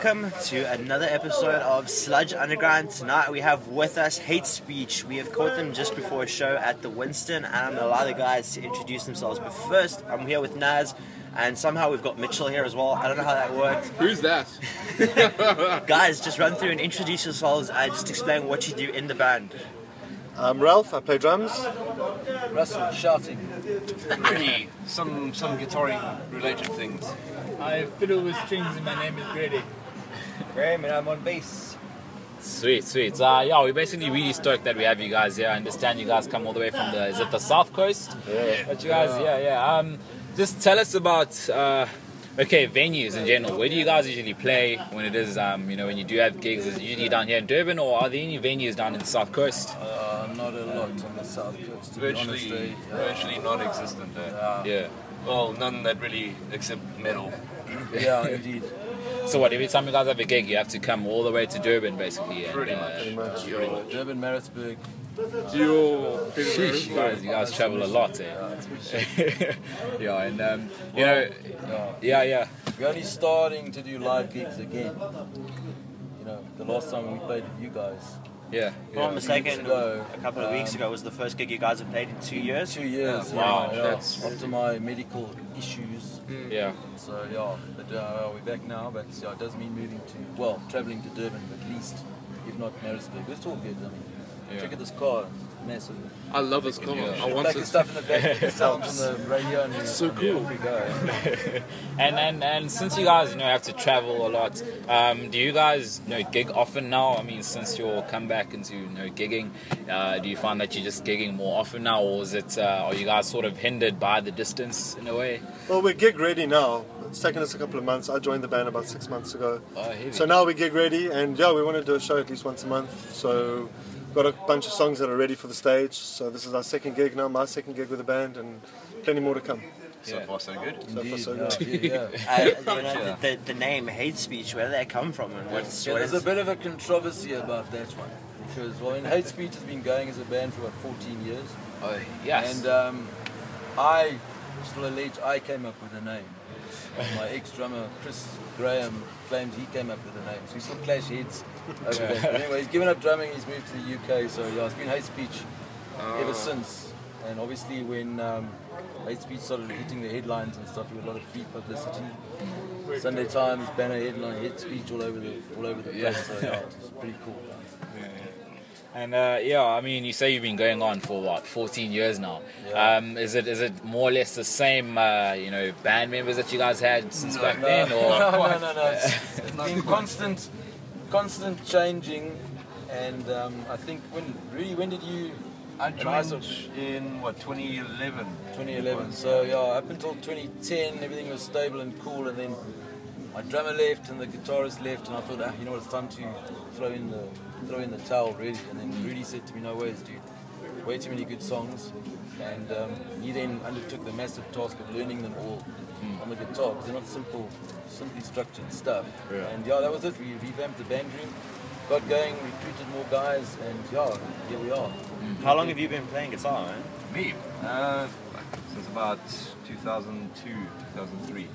to another episode of Sludge Underground. Tonight we have with us Hate Speech. We have caught them just before a show at the Winston, and I'm gonna allow the guys to introduce themselves. But first, I'm here with Naz, and somehow we've got Mitchell here as well. I don't know how that worked. Who's that? Guys, just run through and introduce yourselves and just explain what you do in the band. I'm Ralph, I play drums. Russell shouting. Pretty some some guitaring related things. I fiddle with strings and my name is Grady. Graham and I'm on bass. Sweet, sweet. Uh, yeah, we're basically really stoked that we have you guys here. I understand you guys come all the way from the is it the south coast? Yeah. But you guys, yeah, yeah. Um, just tell us about uh, okay venues in general. Where do you guys usually play when it is um, you know when you do have gigs? Is it usually down here in Durban, or are there any venues down in the south coast? Uh, not a lot on the south coast. To be honest, Virtually eh? virtually non-existent. eh? yeah. Well, none that really except metal. yeah, indeed. So what? Every time you guys have a gig, you have to come all the way to Durban, basically. and, Pretty uh, much. Your Durban, Maritzburg. Yo, Sheesh, you guys, you guys travel a lot, eh? yeah, and um, you know, yeah, yeah. We're only starting to do live gigs again. You know, the last time we played with you guys. Yeah. If I'm not mistaken, Weeks ago, a couple of Um, weeks ago was the first gig you guys have played in two years. Two years. Wow, yeah, yeah. that's- After my medical issues. Yeah. So yeah, but, uh, we're back now, but yeah, it does mean moving to well, travelling to Durban at least, if not Maritzburg. It's all good. I mean, Yeah. check out this car, massive. I love this car. I want Like the this. stuff in the back, the sound on the radio, and it's So cool. We go. And, and and since you guys you know have to travel a lot, um, do you guys you know gig often now? I mean, since your comeback into you know gigging, uh, do you find that you're just gigging more often now, or is it uh, are you guys sort of hindered by the distance in a way? Well, we're gig ready now. It's taken us a couple of months. I joined the band about six months ago. Oh, heavy. So now we're gig ready, and yeah, we want to do a show at least once a month. So got a bunch of songs that are ready for the stage. So this is our second gig now, my second gig with the band, and plenty more to come. So far, so good. So far, so Yeah, good. yeah, yeah. Uh, you know, the, the name Hate Speech, where did that come from, and what's Yeah, what there's is a bit of a controversy about that one because well, I mean, Hate Speech has been going as a band for about 14 years, Oh, yes. and um, I still allege I came up with the name. My ex-drummer Chris Graham claims he came up with the name, so we still clash heads over that. But anyway, he's given up drumming, he's moved to the UK, so yeah, it's been Hate Speech ever since. And obviously, when um, Hate Speech started hitting the headlines and stuff, we had a lot of free publicity. Sunday Times banner headline hit speech all over the all over the place. So yeah, it's pretty cool. And uh, yeah, I mean, you say you've been going on for what, 14 years now. Yeah. Um, is it is it more or less the same, uh, you know, band members that you guys had since back then, no, or no, no, no, no. It's, it's been constant, constant changing, and um, I think when really when did you? I And I joined in what 2011. 2011. So yeah, up until 2010, everything was stable and cool, and then my drummer left and the guitarist left, and I thought, ah, you know what, it's time to throw in the throw in the towel, really. And then Rudy said to me, no ways, dude, way too many good songs, and um, he then undertook the massive task of learning them all on the guitar because they're not simple, simply structured stuff. And yeah, that was it. We revamped the band room. Got going, recruited more guys, and yeah, here we are. How long have you been playing guitar, man? Me. Uh, since about 2002, 2003.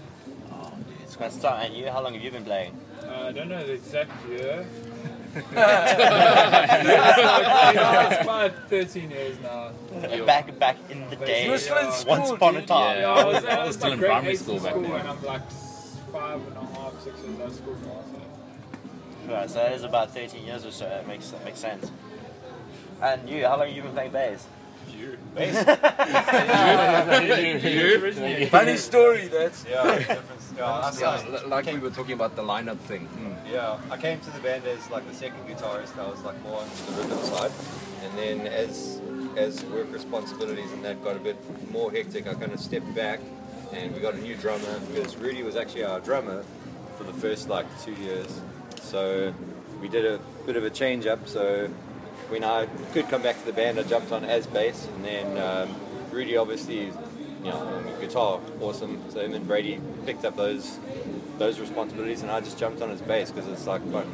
It's quite start, and you? How long have you been playing? Uh, I don't know the exact year. it's about 13 years now. Uh, Back back in the day, uh, You were still in once school, upon a dude. time. Yeah, I was- I was still in grade primary eight school back school then. and I'm like s- five and a half, six years out of school now. So. Right, so that is about 13 years or so. That makes that makes sense. And you, how long have you been playing bass? Funny story, that's. Yeah, difference. Yeah, I'm Yeah, sorry. li- like we were talking about the lineup thing. Hmm. yeah, I came to the band as like the second guitarist. I was like more on the rhythm side, and then as as work responsibilities and that got a bit more hectic, I kind of stepped back, and we got a new drummer because Rudy was actually our drummer for the first like two years. So we did a bit of a change up. So when I could come back to the band, I jumped on as bass, and then um, Rudy obviously, you know, guitar, awesome. So him and Brady picked up those those responsibilities, and I just jumped on his bass because it's like fun.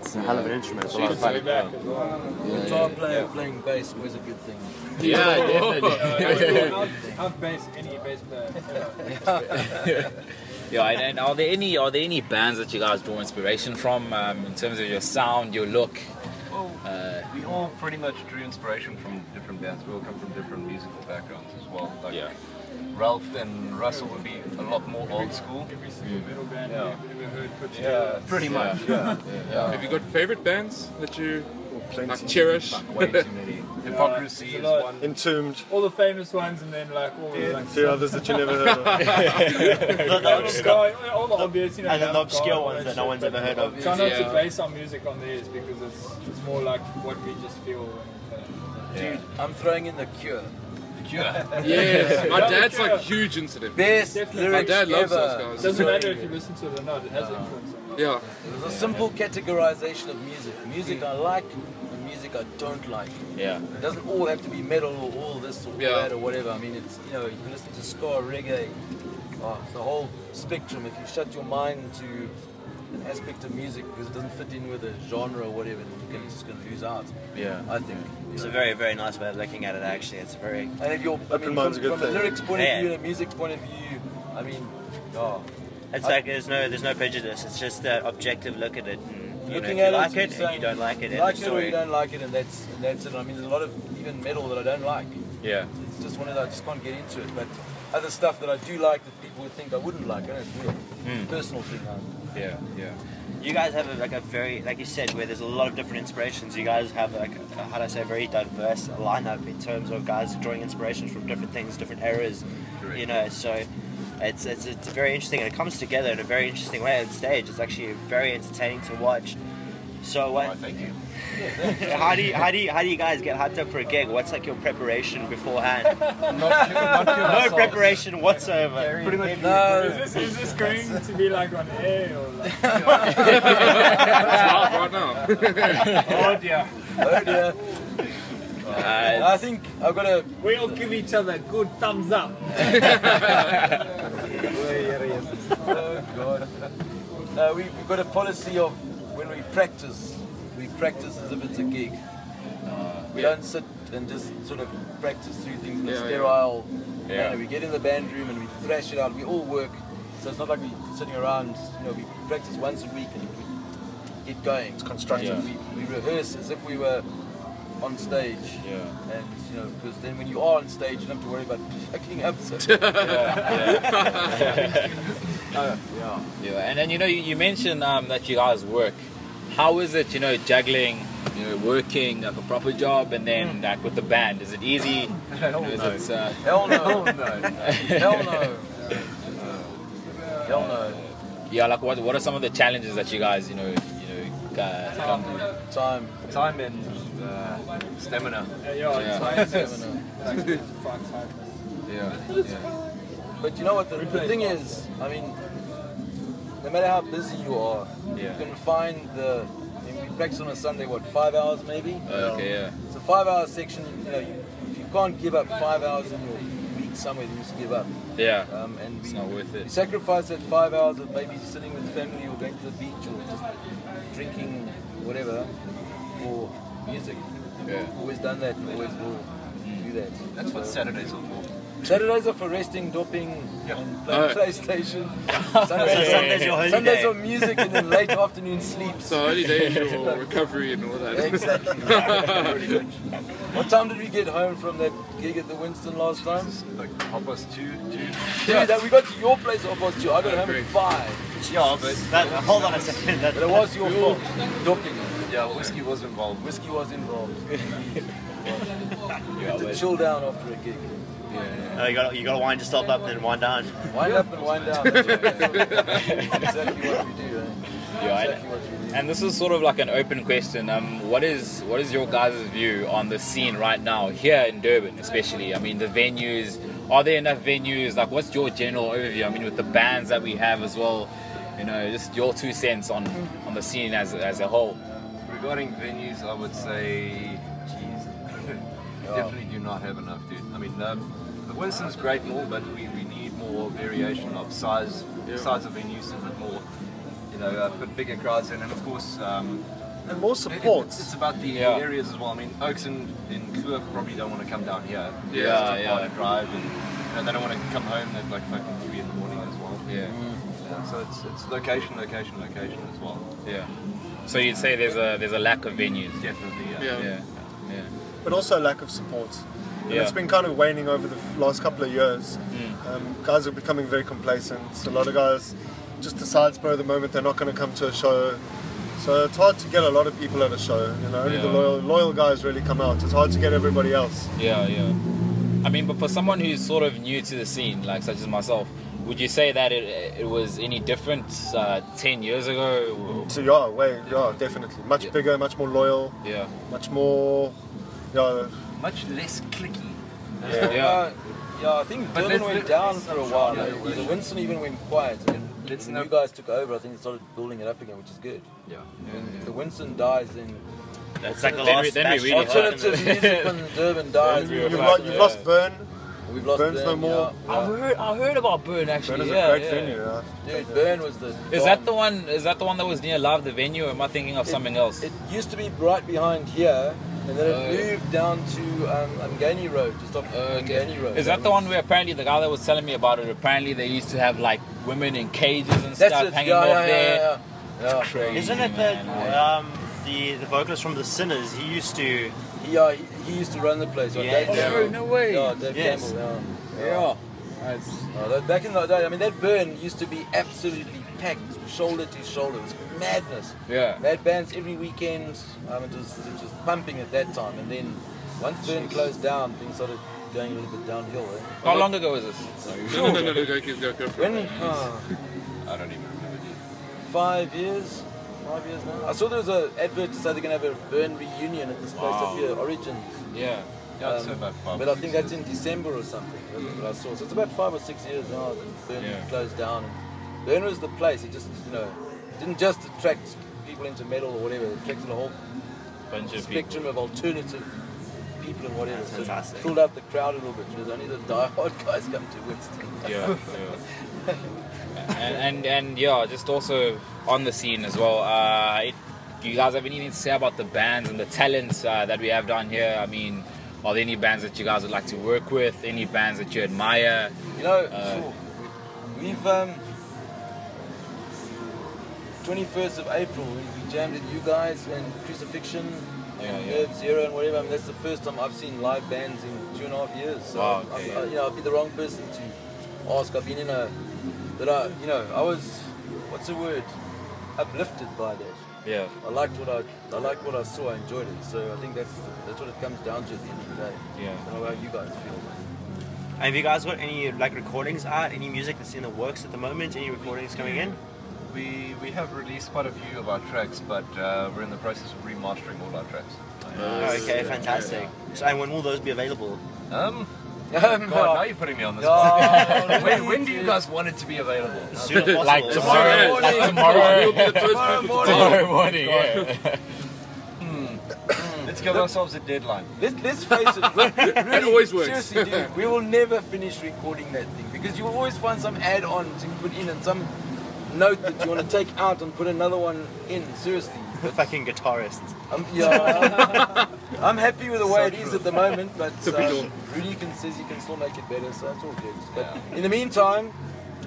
It's a hell of an instrument. It's a lot of Way fun. back as well. Guitar player playing bass was a good thing. yeah, definitely. I'll, I'll bass any bass player. Yeah, and, and are there any are there any bands that you guys draw inspiration from um, in terms of your sound, your look? Well, Uh, we all pretty much drew inspiration from different bands. We all come from different musical backgrounds as well. Like Yeah. Ralph and Russell would be a lot more old school. Every single metal band Yeah. we've ever heard put together. Yeah, pretty much. Have you got favorite bands that you like Plenty. cherish? Way too many. Hypocrisy it's a is lot. one. Entombed. All the famous ones, and then like all the Yeah, like. two others that you never heard of. The, the obscure, Sky, all the obvious, you know. and then the Mount obscure God, ones that no one's ever heard of. Try not to Yeah. base our music on theirs because it's, it's more like what we just feel. And, uh, Dude, I'm throwing in the cure. Yes, my dad's like huge incident. Best Definitely. My lyrics dad loves ever. those it guys. doesn't matter if you listen to it or not, it has influence on you. Yeah, There's a simple categorization of music. Music I like and music I don't like. yeah, It doesn't all have to be metal or all this or all Yeah. that or whatever. I mean, it's you know you can listen to ska, reggae, uh, the whole spectrum. If you shut your mind to an aspect of music because it doesn't fit in with a genre or whatever, then you're just going to lose out. yeah. I think. It's a very, very nice way of looking at it, actually. It's a very. And if you're I mean, Open from, mind's a good from a thing. lyrics point Yeah. of view and a music point of view, I mean, oh. yeah. It's like there's no there's no prejudice. It's just that objective look at it. And, you Looking know, if you at it, like you're it, and saying, you don't like it, you end like of it or you story. don't like it, and that's and that's it. I mean, there's a lot of even metal that I don't like. Yeah. It's just one of those I just can't get into it. But other stuff that I do like that people would think I wouldn't like, I don't know, it's weird. Hmm. Personal thing. I- Yeah, yeah. You guys have a, like a very, like you said, where there's a lot of different inspirations. You guys have like, a, how do I say, very diverse lineup in terms of guys drawing inspirations from different things, different eras. You know, so it's it's it's very interesting, and it comes together in a very interesting way on stage. It's actually very entertaining to watch. So what? Thank you. How do you, how do you, how do you guys get hyped up for a gig? What's like your preparation beforehand? no preparation whatsoever. Pretty much. No, Is this, is this going to be like on air or like, it's live right now. oh dear. oh dear. Uh, I think I've got a We'll give each other good thumbs up. oh god. No, we, we've got a policy of when we practice, we practice as if it's a gig. Uh, we don't sit and just sort of practice through things in a Yeah, yeah. sterile Yeah. manner. We get in the band room and we thrash it out. We all work, so it's not like we're sitting around. You know, we practice once a week and we get going. It's constructive. We, we rehearse as if we were on stage. Yeah. And you know, because then when you are on stage, you don't have to worry about fucking up. So. Uh, yeah. Yeah, and then you know you, you mentioned um, that you guys work. How is it, you know, juggling, you know, working like a proper job and then like with the band? Is it easy? You know, is it, uh, Hell no. Hell no. Hell no. Hell no. yeah, like what what are some of the challenges that you guys, you know, you know, uh, Um, come to? Time. Time and uh, stamina. Yeah, yeah, it's like- Stamina. like, it's fucked up. Yeah. But you know what? The, the thing is, I mean, no matter how busy you are, Yeah. you can find the. I mean, we practice on a Sunday, what, five hours maybe? Oh, okay, yeah. It's a five hour section, you know, you, if you can't give up five hours in your week somewhere, you just give up. Yeah. Um, and It's we, not worth we it. sacrifice that five hours of maybe sitting with family or going to the beach or just drinking whatever for music. Yeah. We've always done that and always will do that. That's what So- Saturdays are for. Saturdays are for resting, doping, and playing Alright. PlayStation. Sundays, So Sunday's your holy Sundays day. are music and then late afternoon sleep. So early days your recovery and all that. Exactly. what time did we get home from that gig at the Winston last time? Like half past two, two. Dude, that we got to your place at half past two. I got home at Agree. five. Yeah, but that, hold on a second. That, But it was your fault. Doping. Yeah, whiskey was involved. Whiskey was involved. Yeah, to but- chill down after a gig. Oh, you gotta you gotta wind yourself up then wind down. Wind up and wind down. That's exactly what we do. eh? Yeah, I- Exactly what we do. And this is sort of like an open question. Um, what is what is your guys' view on the scene right now here in Durban, especially? I mean, the venues. Are there enough venues? Like, what's your general overview? I mean, with the bands that we have as well, you know, just your two cents on on the scene as as a whole. Regarding venues, I would say, geez, definitely do not have enough, dude. I mean, the, the Winston's great and all, but we, we need more variation of size, size of venues, a bit more, you know, uh, put bigger crowds in, and of course, um, And more it- It's, supports. it's about the Yeah. areas as well. I mean, Oaks and, and Kloof probably don't want to come down here. Yeah, It's too far yeah. to drive, and you know, they don't want to come home at like fucking three in the morning as well. Yeah. Uh, yeah, so it's, it's location, location, location as well. Yeah. So you'd say there's a there's a lack of venues. Definitely, yeah. Yeah. Yeah. Yeah. but also a lack of support. And Yeah. Hmm. It's been kind of waning over the f- last couple of years. Um, guys are becoming very complacent. A lot of guys just decide spur of the moment they're not going to come to a show. So it's hard to get a lot of people at a show. You know, only the Yeah. loyal, loyal guys really come out. It's hard to get everybody else. Yeah, yeah. I mean, but for someone who's sort of new to the scene, like such as myself, would you say that it, it was any different uh, ten years ago? So yeah, way yeah, definitely much Yeah. bigger, much more loyal, Yeah, much more. Yeah, Much less clicky. yeah, yeah. Uh, yeah, I think But Durban let's- let's- went down for a while. Yeah, eh? it the Winston even went quiet. And Let's when not- you guys took over, I think it started building it up again, which is good. Yeah. When the Winston dies, then That's like the Then we- last then we bastion really of fucked. Tottenham. alternative music when Durban dies. we you've, Yeah. lo- you've lost Burn. We've lost Burn's Burn, no more. yeah, I've yeah. heard, I heard about Burn actually. Burn is yeah, a great yeah. venue. Yeah. Dude, Burn was the. Is that the one? Is that the one that was near Love the venue? Or am I thinking of something else? It used to be right behind here, and then it Oh, yeah. moved down to um, Umgani Road, just off Okay. Umgani Road. Is that the one where apparently the guy that was telling me about it? Apparently they used to have like women in cages and That's stuff it. hanging yeah, off yeah, there. yeah, yeah, yeah. Crazy, Oh, Isn't it man, that like- um, the the vocalist from the Sinners? He used to. Yeah, he, he used to run the place. right? Yeah. Dave Oh, Campbell. no way. Yeah, Dave Yes. Campbell. Yeah. Yeah. Oh, that, back in the day, I mean, that burn used to be absolutely packed, shoulder to shoulder. It was madness. Yeah. Mad bands every weekend. Um, it was it was pumping at that time, and then once burn closed down, things started going a little bit downhill. Eh? How long ago was this? No, no, no, no, go, go, go, go for When it. uh, I don't even remember. dude. five years, five years now. I saw there was an advert to say they're gonna have a burn reunion at this place up here, Origins. Yeah. Yeah, it's Um, about five But I years. think that's in December or something. That's what I saw. So it's about five or six years now that Burn Yeah. closed down. Burn was the place. It just, you know, didn't just attract people into metal or whatever. It attracted a whole uh, Bunch of people. spectrum of alternative people and whatever. That's so fantastic. It pulled out the crowd a little bit. There's only the diehard guys come to Winston. yeah. yeah. and, and and yeah, just also on the scene as well. Uh, it, do you guys have anything to say about the bands and the talents uh, that we have down here? I mean, are there any bands that you guys would like to work with? Any bands that you admire? You know, Uh, we've um, 21st of April. We, we jammed with you guys and Crucifixion, Yeah, and yeah. Nerve Zero, and whatever. I mean, that's the first time I've seen live bands in two and a half years. So, Wow, I, okay, I, you know, I'd be the wrong person to ask. I've been in a that I, you know, I was what's the word? Uplifted by that. Yeah. I liked what I, I liked what I saw. I enjoyed it. So I think that's that's what it comes down to at the end of the day. Yeah. I don't know how you guys feel. Have you guys got any like recordings out? Any music that's in the works at the moment? Any recordings coming in? We, we have released quite a few of our tracks, but uh, we're in the process of remastering all our tracks. Uh, Oh, okay, fantastic. So, and when will those be available? Um, Um, God, now you're putting me on the spot. Yeah. when, when do you guys want it to be available? As soon as Like possible. tomorrow. Tomorrow Like morning. You'll tomorrow. be the first people to tell tomorrow morning. Yeah. Let's give ourselves a deadline. Let's, let's face it, we're- really, It always works. Seriously, dude, we will never finish recording that thing because you will always find some add on to put in and some note that you want to take out and put another one in. Seriously. The fucking guitarists. I'm, yeah, I'm happy with the way it is at the moment, but uh, Rudy can, says he can still make it better, so that's all good. But Yeah. in the meantime,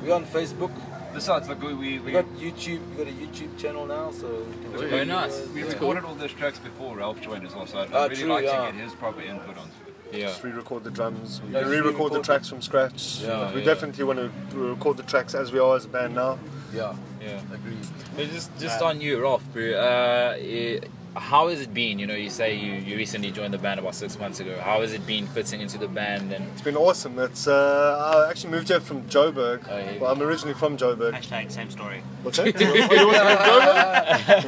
we're on Facebook, Besides, look, we, we, we we, got YouTube, we got a YouTube channel now, so. you can Very check out nice. those. we Yeah. recorded all these tracks before Ralph joined as well, so I'd Ah, really true, like yeah. to get his proper input on it. Uh, Yeah. Just re-record the drums. We Yeah, just re-record re-record the them. tracks from scratch. Yeah, we yeah. definitely want to record the tracks as we are as a band now. Yeah, Yeah. agreed. But just just on you, Rolf, bro. Uh, it, how has it been? You know, you say you, you recently joined the band about six months ago. How has it been fitting into the band? And It's been awesome. It's uh, I actually moved here from Joburg. Oh, yeah. Well, I'm originally from Joburg. Hashtag same story. What's that? You also from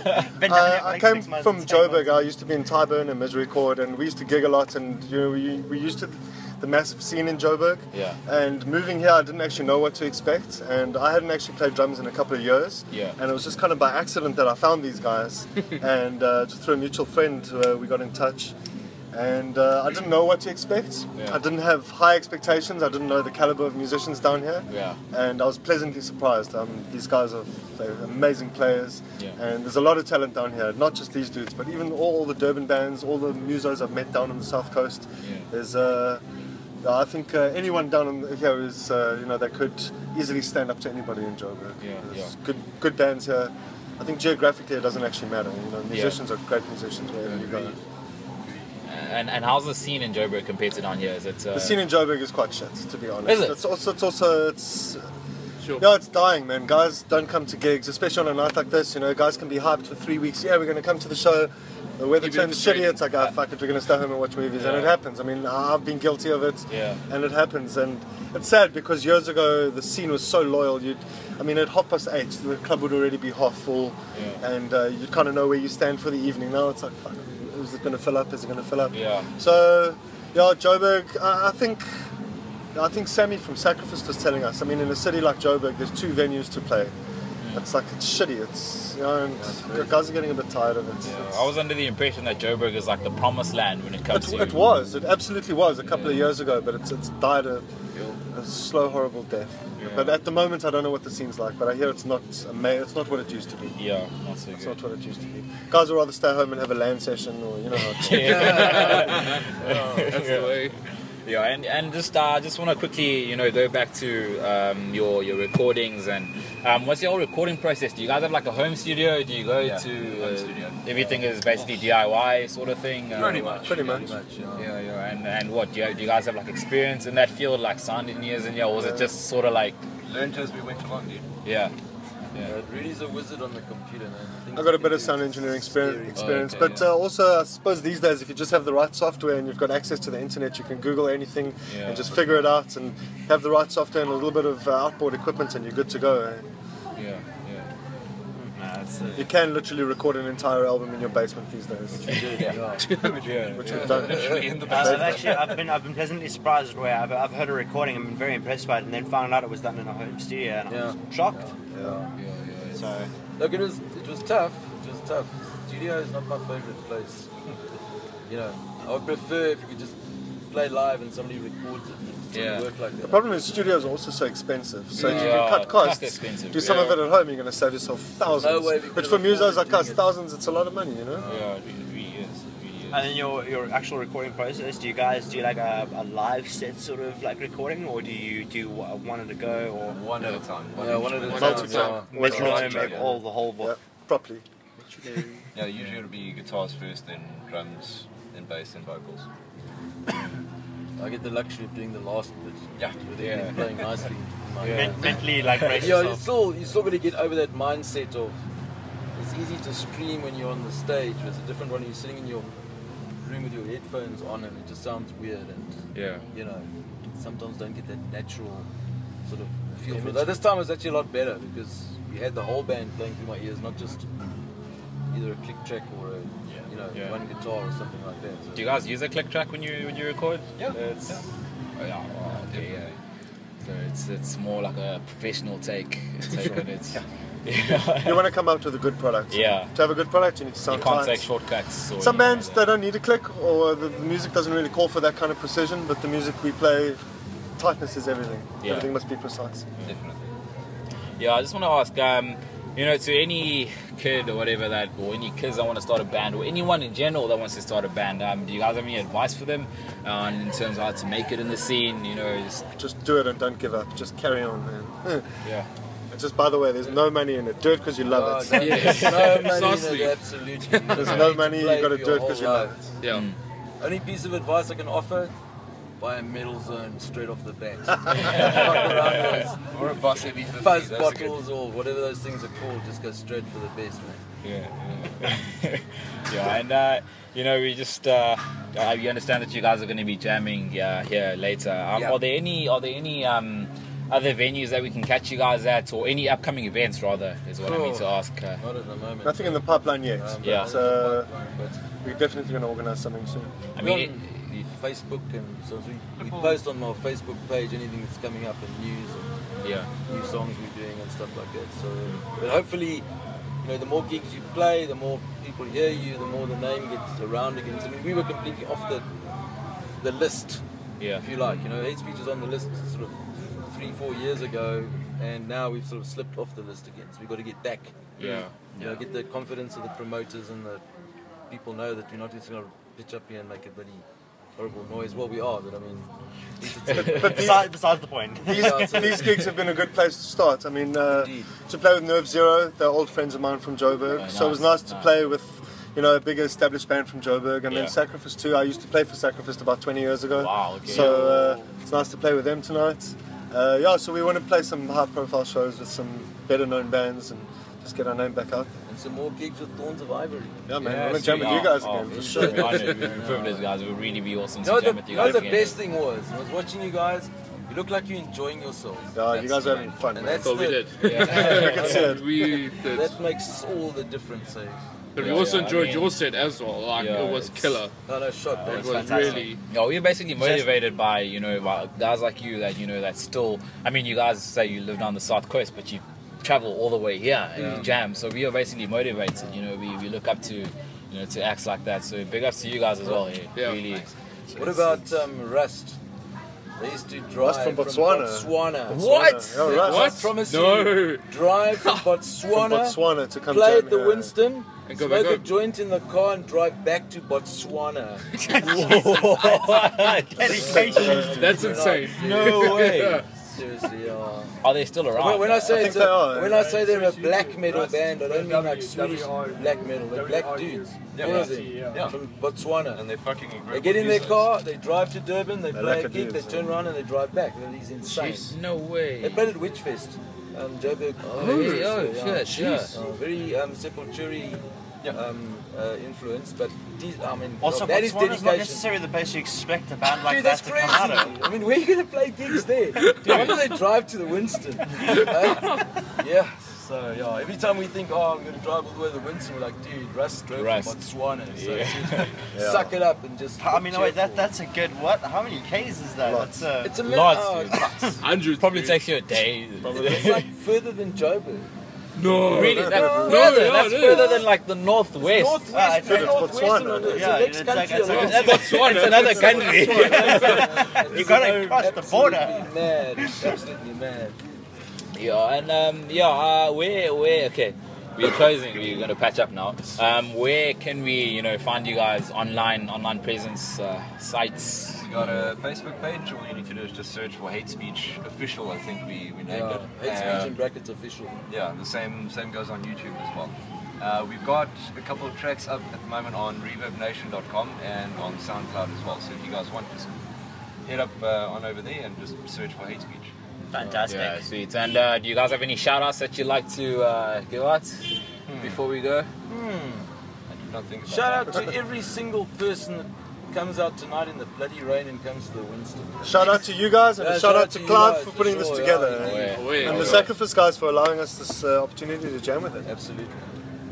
Joburg? Been down I, there for Uh, I like came six months, from eight Joburg. months. I used to be in Tyburn and Misericord, and we used to gig a lot. And you know, we, we used to the massive scene in Joburg. Yeah. And moving here, I didn't actually know what to expect, and I hadn't actually played drums in a couple of years. Yeah. And it was just kind of by accident that I found these guys, and uh, just through a mutual friend, uh, we got in touch. And uh, I didn't know what to expect. Yeah. I didn't have high expectations. I didn't know the caliber of musicians down here. Yeah. And I was pleasantly surprised. Um, these guys are they're amazing players. Yeah. And there's a lot of talent down here, not just these dudes, but even all the Durban bands, all the musos I've met down on the south coast. Yeah. There's uh, Yeah, I think uh, anyone down in here is, uh, you know, they could easily stand up to anybody in Joburg. Yeah, There's Good, good bands here. I think geographically it doesn't actually matter. You know, musicians are great musicians wherever you go. And, and how's the scene in Joburg compared to down here? Is it uh, The scene in Joburg is quite shit, to be honest. Is it? It's also, it's also, it's. No, it's dying, man. Guys don't come to gigs, especially on a night like this. You know, guys can be hyped for three weeks. Yeah, we're going to come to the show. The weather Even if turns it's shitty. raining. It's like, ah, fuck it, we're going to stay home and watch movies. And Yeah. it happens. I mean, I've been guilty of it. Yeah. And it happens. And it's sad because years ago, the scene was so loyal. You'd, I mean, at half past eight, the club would already be half full. Yeah. And uh, you kind of know where you stand for the evening. Now it's like, fuck, is it going to fill up? Is it going to fill up? Yeah. So, yeah, Joburg, I, I think I think Sammy from Sacrifice was telling us. I mean, in a city like Joburg, there's two venues to play. It's like it's shitty. It's you know, and guys are getting a bit tired of it. It's- I was under the impression that Joburg is like the promised land when it comes it, to it was. It absolutely was a couple of years ago, but it's it's died a, a slow, horrible death. But at the moment, I don't know what the scene's like. But I hear it's not ama- It's not what it used to be. Yeah, not so It's good. not what it used to be. Guys would rather stay home and have a land session, or you know. how it is. That's the way. Yeah, and, and just uh, just want to quickly, you know, go back to um, your your recordings and um, what's your whole recording process? Do you guys have like a home studio? Do you go Yeah, to uh, home studio. Everything is basically DIY sort of thing. Pretty Um, much. Pretty much. Yeah, yeah, and, and what do you, do you guys have like experience in that field, like sound engineers and yeah, or was it just sort of like Learned as we went along, dude. yeah, Yeah, it really is a wizard on the computer, man. The things I got a you can bit of do, sound it's engineering scary. experience, experience Oh, okay, but yeah. uh, also I suppose these days, if you just have the right software and you've got access to the internet, you can Google anything Yeah. and just figure it out, and have the right software and a little bit of uh, outboard equipment, and you're good to go. eh? yeah, yeah? uh, You can literally record an entire album in your basement these days, which we've done. in the Uh, I've actually I've been I've been pleasantly surprised where I've, I've heard a recording and been very impressed by it, and then found out it was done in a home studio, and I was shocked. So Look, it was it was tough. It was tough. Studio is not my favorite place. You know, I would prefer if you could just play live and somebody records it. It Yeah. yeah. work like The that. problem is studios are also so expensive, so if you Yeah, can cut fuck costs, expensive, do some yeah. of it at home, you're going to save yourself No thousands. way we could which for afford musos like doing us, it. thousands, it's a lot of money, you know. Yeah, it really is. It really is. and then your your actual recording process, do you guys do like a, a live set sort of like recording, or do you do wa- one at a go, or One at a time. Yeah, one at a Multiple. time. Yeah. metronome of all the whole Yeah, book? properly. Yeah, usually it'll be guitars first, then drums, then bass, then vocals. I get the luxury of doing the last bit. Yeah. With everything playing nicely. in my Men- mentally like brace Yeah, you yourself. still you still got to get over that mindset of it's easy to scream when you're on the stage. but It's a different one. when You're sitting in your room with your headphones on, and it just sounds weird. And Yeah. you know, sometimes don't get that natural sort of feel. For it. Though This time was actually a lot better because we had the whole band playing through my ears, not just either a click track or a you know Yeah. one guitar or something like that. So Do you guys use a click track when you when you record? Yeah. It's, Oh, yeah. oh, okay, yeah. So it's it's more like a professional take. take on it. You want to come out with a good product. Yeah. To have a good product, you need to You sound can't tight. take shortcuts. Or Some anything like bands they don't need a click, or the, the music doesn't really call for that kind of precision. But the music we play, tightness is everything. Yeah. Everything must be precise. Definitely. Yeah, I just want to ask, um, you know, to any kid or whatever that, or any kids that want to start a band, or anyone in general that wants to start a band, um, do you guys have any advice for them uh, in terms of how to make it in the scene? You know, just, Just do it and don't give up. Just carry on, man. yeah, And just by the way, there's no money in it. Do it because you Oh, love it. there's no money, in Precisely. it, absolutely. There's no money. You got to do it because you love it. Yeah. Hmm. Only piece of advice I can offer: buy a metal zone straight off the bat. Fuck around with Or a boss every 50. Fuzz those are good. bottles or whatever those things are called. Just go straight for the best, man. yeah, yeah, yeah. And uh, you know, we just uh, uh, we understand that you guys are going to be jamming uh, here later. Um, Yeah. Are there any? Are there any? Um, other venues that we can catch you guys at, or any upcoming events, rather, is what I mean Cool. to ask. Uh, Not at the moment. Nothing in the pipeline yet. Um, Yeah. But, uh, but we're definitely going to organize something soon. I mean, it, on Facebook and so we, we post on our Facebook page anything that's coming up and news yeah, and new songs we're doing and stuff like that. So, but hopefully, you know, the more gigs you play, the more people hear you, the more the name gets around again. So, I mean, we were completely off the the list yeah. if you like. You know, hate speech was on the list sort of three, four years ago, and now we've sort of slipped off the list again. So we've got to get back. Yeah. You know, get the confidence of the promoters and the people know that we're not just going to pitch up here and make a bloody horrible noise. Well, we are, but I mean, besides, besides the point. Yeah. These, these gigs have been a good place to start. I mean, uh, to play with Nerve Zero, they're old friends of mine from Joburg, Right, so it was nice, nice to nice. play with, you know, a bigger established band from Joburg, and Yeah. then Sacrifice too. I used to play for Sacrifice about 20 years ago. Wow, okay. So uh, it's nice to play with them tonight. Uh, yeah, so we want to play some high-profile shows with some better-known bands and just get our name back out. and some more gigs with Thorns of Ivory. Yeah, man, Yeah, we're gonna jam with sweet. you guys Oh, again oh, for sure. We want to improve those guys. It would really be awesome You know, to the, jam with you you know guys the again. best thing was was watching you guys. You look like you're enjoying yourselves. Yeah, you guys are having great. fun, And man. that's Well, we the- did. That's it. We did. That makes all the difference. Eh? But we Yeah, also yeah, I enjoyed mean- your set as well. Like, Yeah, it was it's- killer. No, no, It shot. man. was fantastic. really. Yeah, we're basically motivated by you know by guys like you that you know that still. I mean, you guys say you live down the south coast, but you travel all the way here and you jam. So we are basically motivated. You know, we, we look up to you know to acts like that. So big ups to you guys as well. Yeah, Yeah. really. What about um, Rust? They used to drive Rust from Botswana. Botswana. What? Yeah, right. What? I promise No. you. Drive from From Botswana. Botswana to come Play jam at the here. Winston, And go back smoke a home. joint in the car, and drive back to Botswana. Dedication. That's insane. No way. Seriously, yeah. Are they still around? When, when I say think it's they a, are. when I say they're a black metal Rust, band, I don't mean like W, Swedish W R, black metal. They're black W R U. dudes. Yeah, All of yeah. them. Yeah. From Botswana. And they're fucking incredible. They get in their car, they drive to Durban, they play like a to gig, do they so. turn around and they drive back. That is insane. no way. They played at Witchfest, um, Joburg. Oh, really? Oh, shit, yeah. Uh, very um, sepultura um, uh, influence, but these, I mean, Also, that is Botswana is not dedication. necessarily the place you expect a band like Dude, that that's to crazy. come out of. I mean, where are you going to play gigs there? Dude, why do they drive to the Winston? Uh, yeah. So yeah, every time we think, oh, I'm going to drive all the way to the Winston, we're like, dude, Rust drove Rust. from Botswana, so suck it up and just. I mean, cheer wait, that for- that's a good what? How many Ks is that? Lots. That's uh, It's a Lots, minute. dude. Hundreds. Probably dude. takes you a day. It's like further than Joburg. No. really, that's No, further. yeah, that's it is. further than like the northwest. Ah, Northwest, it's- it's northwestern Botswana. of the- it's Yeah, the next it's like- country it's like- along. it's That's another country. you gotta cross the border. Absolutely mad, absolutely mad. Yeah, and um, yeah, uh, where, where? Okay, we're closing. We're going to patch up now. Um, where can we, you know, find you guys online, online presence, uh, sites? We got a Facebook page. All you need to do is just search for Hate Speech Official. I think we, we named Yeah, it. hate Uh, Um, speech in brackets official. yeah, the same same goes on YouTube as well. Uh, we've got a couple of tracks up at the moment on ReverbNation.com and on SoundCloud as well. So if you guys want, just head up uh, on over there and just search for Hate Speech. Fantastic. Yeah, sweet. And uh, do you guys have any shout outs that you'd like to uh, give out before we go? I did not think about Shout that. out to every single person that comes out tonight in the bloody rain and comes to the Winston. Shout out to you guys and Yeah, a shout out to you Clive guys, for putting this sure, together. yeah, Yeah. Oh, yeah. And the Sacrifice guys for allowing us this uh, opportunity to jam with it. Absolutely.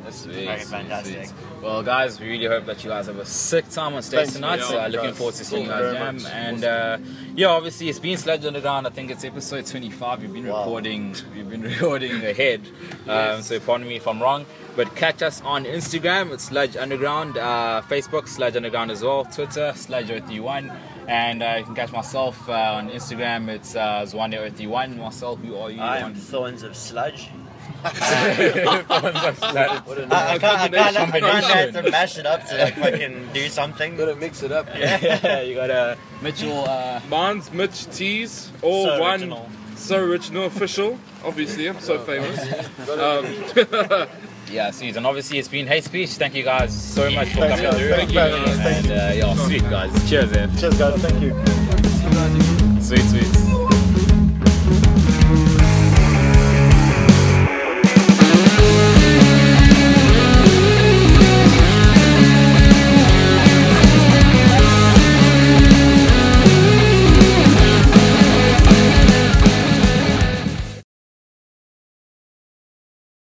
Sweet, Very sweet, fantastic. sweet. Well, guys, we really hope that you guys have a sick time on stage Thanks, tonight. yeah, uh, looking guys. forward to seeing you Thank you guys very jam. much. And uh, yeah, obviously, it's been Sledge Underground. I think it's episode 25. We've been Wow. recording. We've been recording ahead. Um, so pardon me if I'm wrong. But catch us on Instagram. It's Sludge Underground. Uh, Facebook Sludge Underground as well. Twitter Sludge031. And uh, you can catch myself uh, on Instagram. It's uh, Zwane031. Marcel, who are you? I'm on- Thorns of Sludge. What a I, I can't, I can't, I Combination. can't have to mash it up to like fucking do something. Gotta mix it up. yeah, you got uh, Mitchell. Uh, Mine's Mitch Tees, all So one. original. So original, official. Obviously, I'm so famous. Um, Yeah, sweet. And obviously, it's been hate speech. Thank you guys so much for Thanks, coming guys. through. Thank you, guys. And uh, yeah, sweet guys. Cheers, eh? Cheers, guys. Thank you. Sweet, sweet.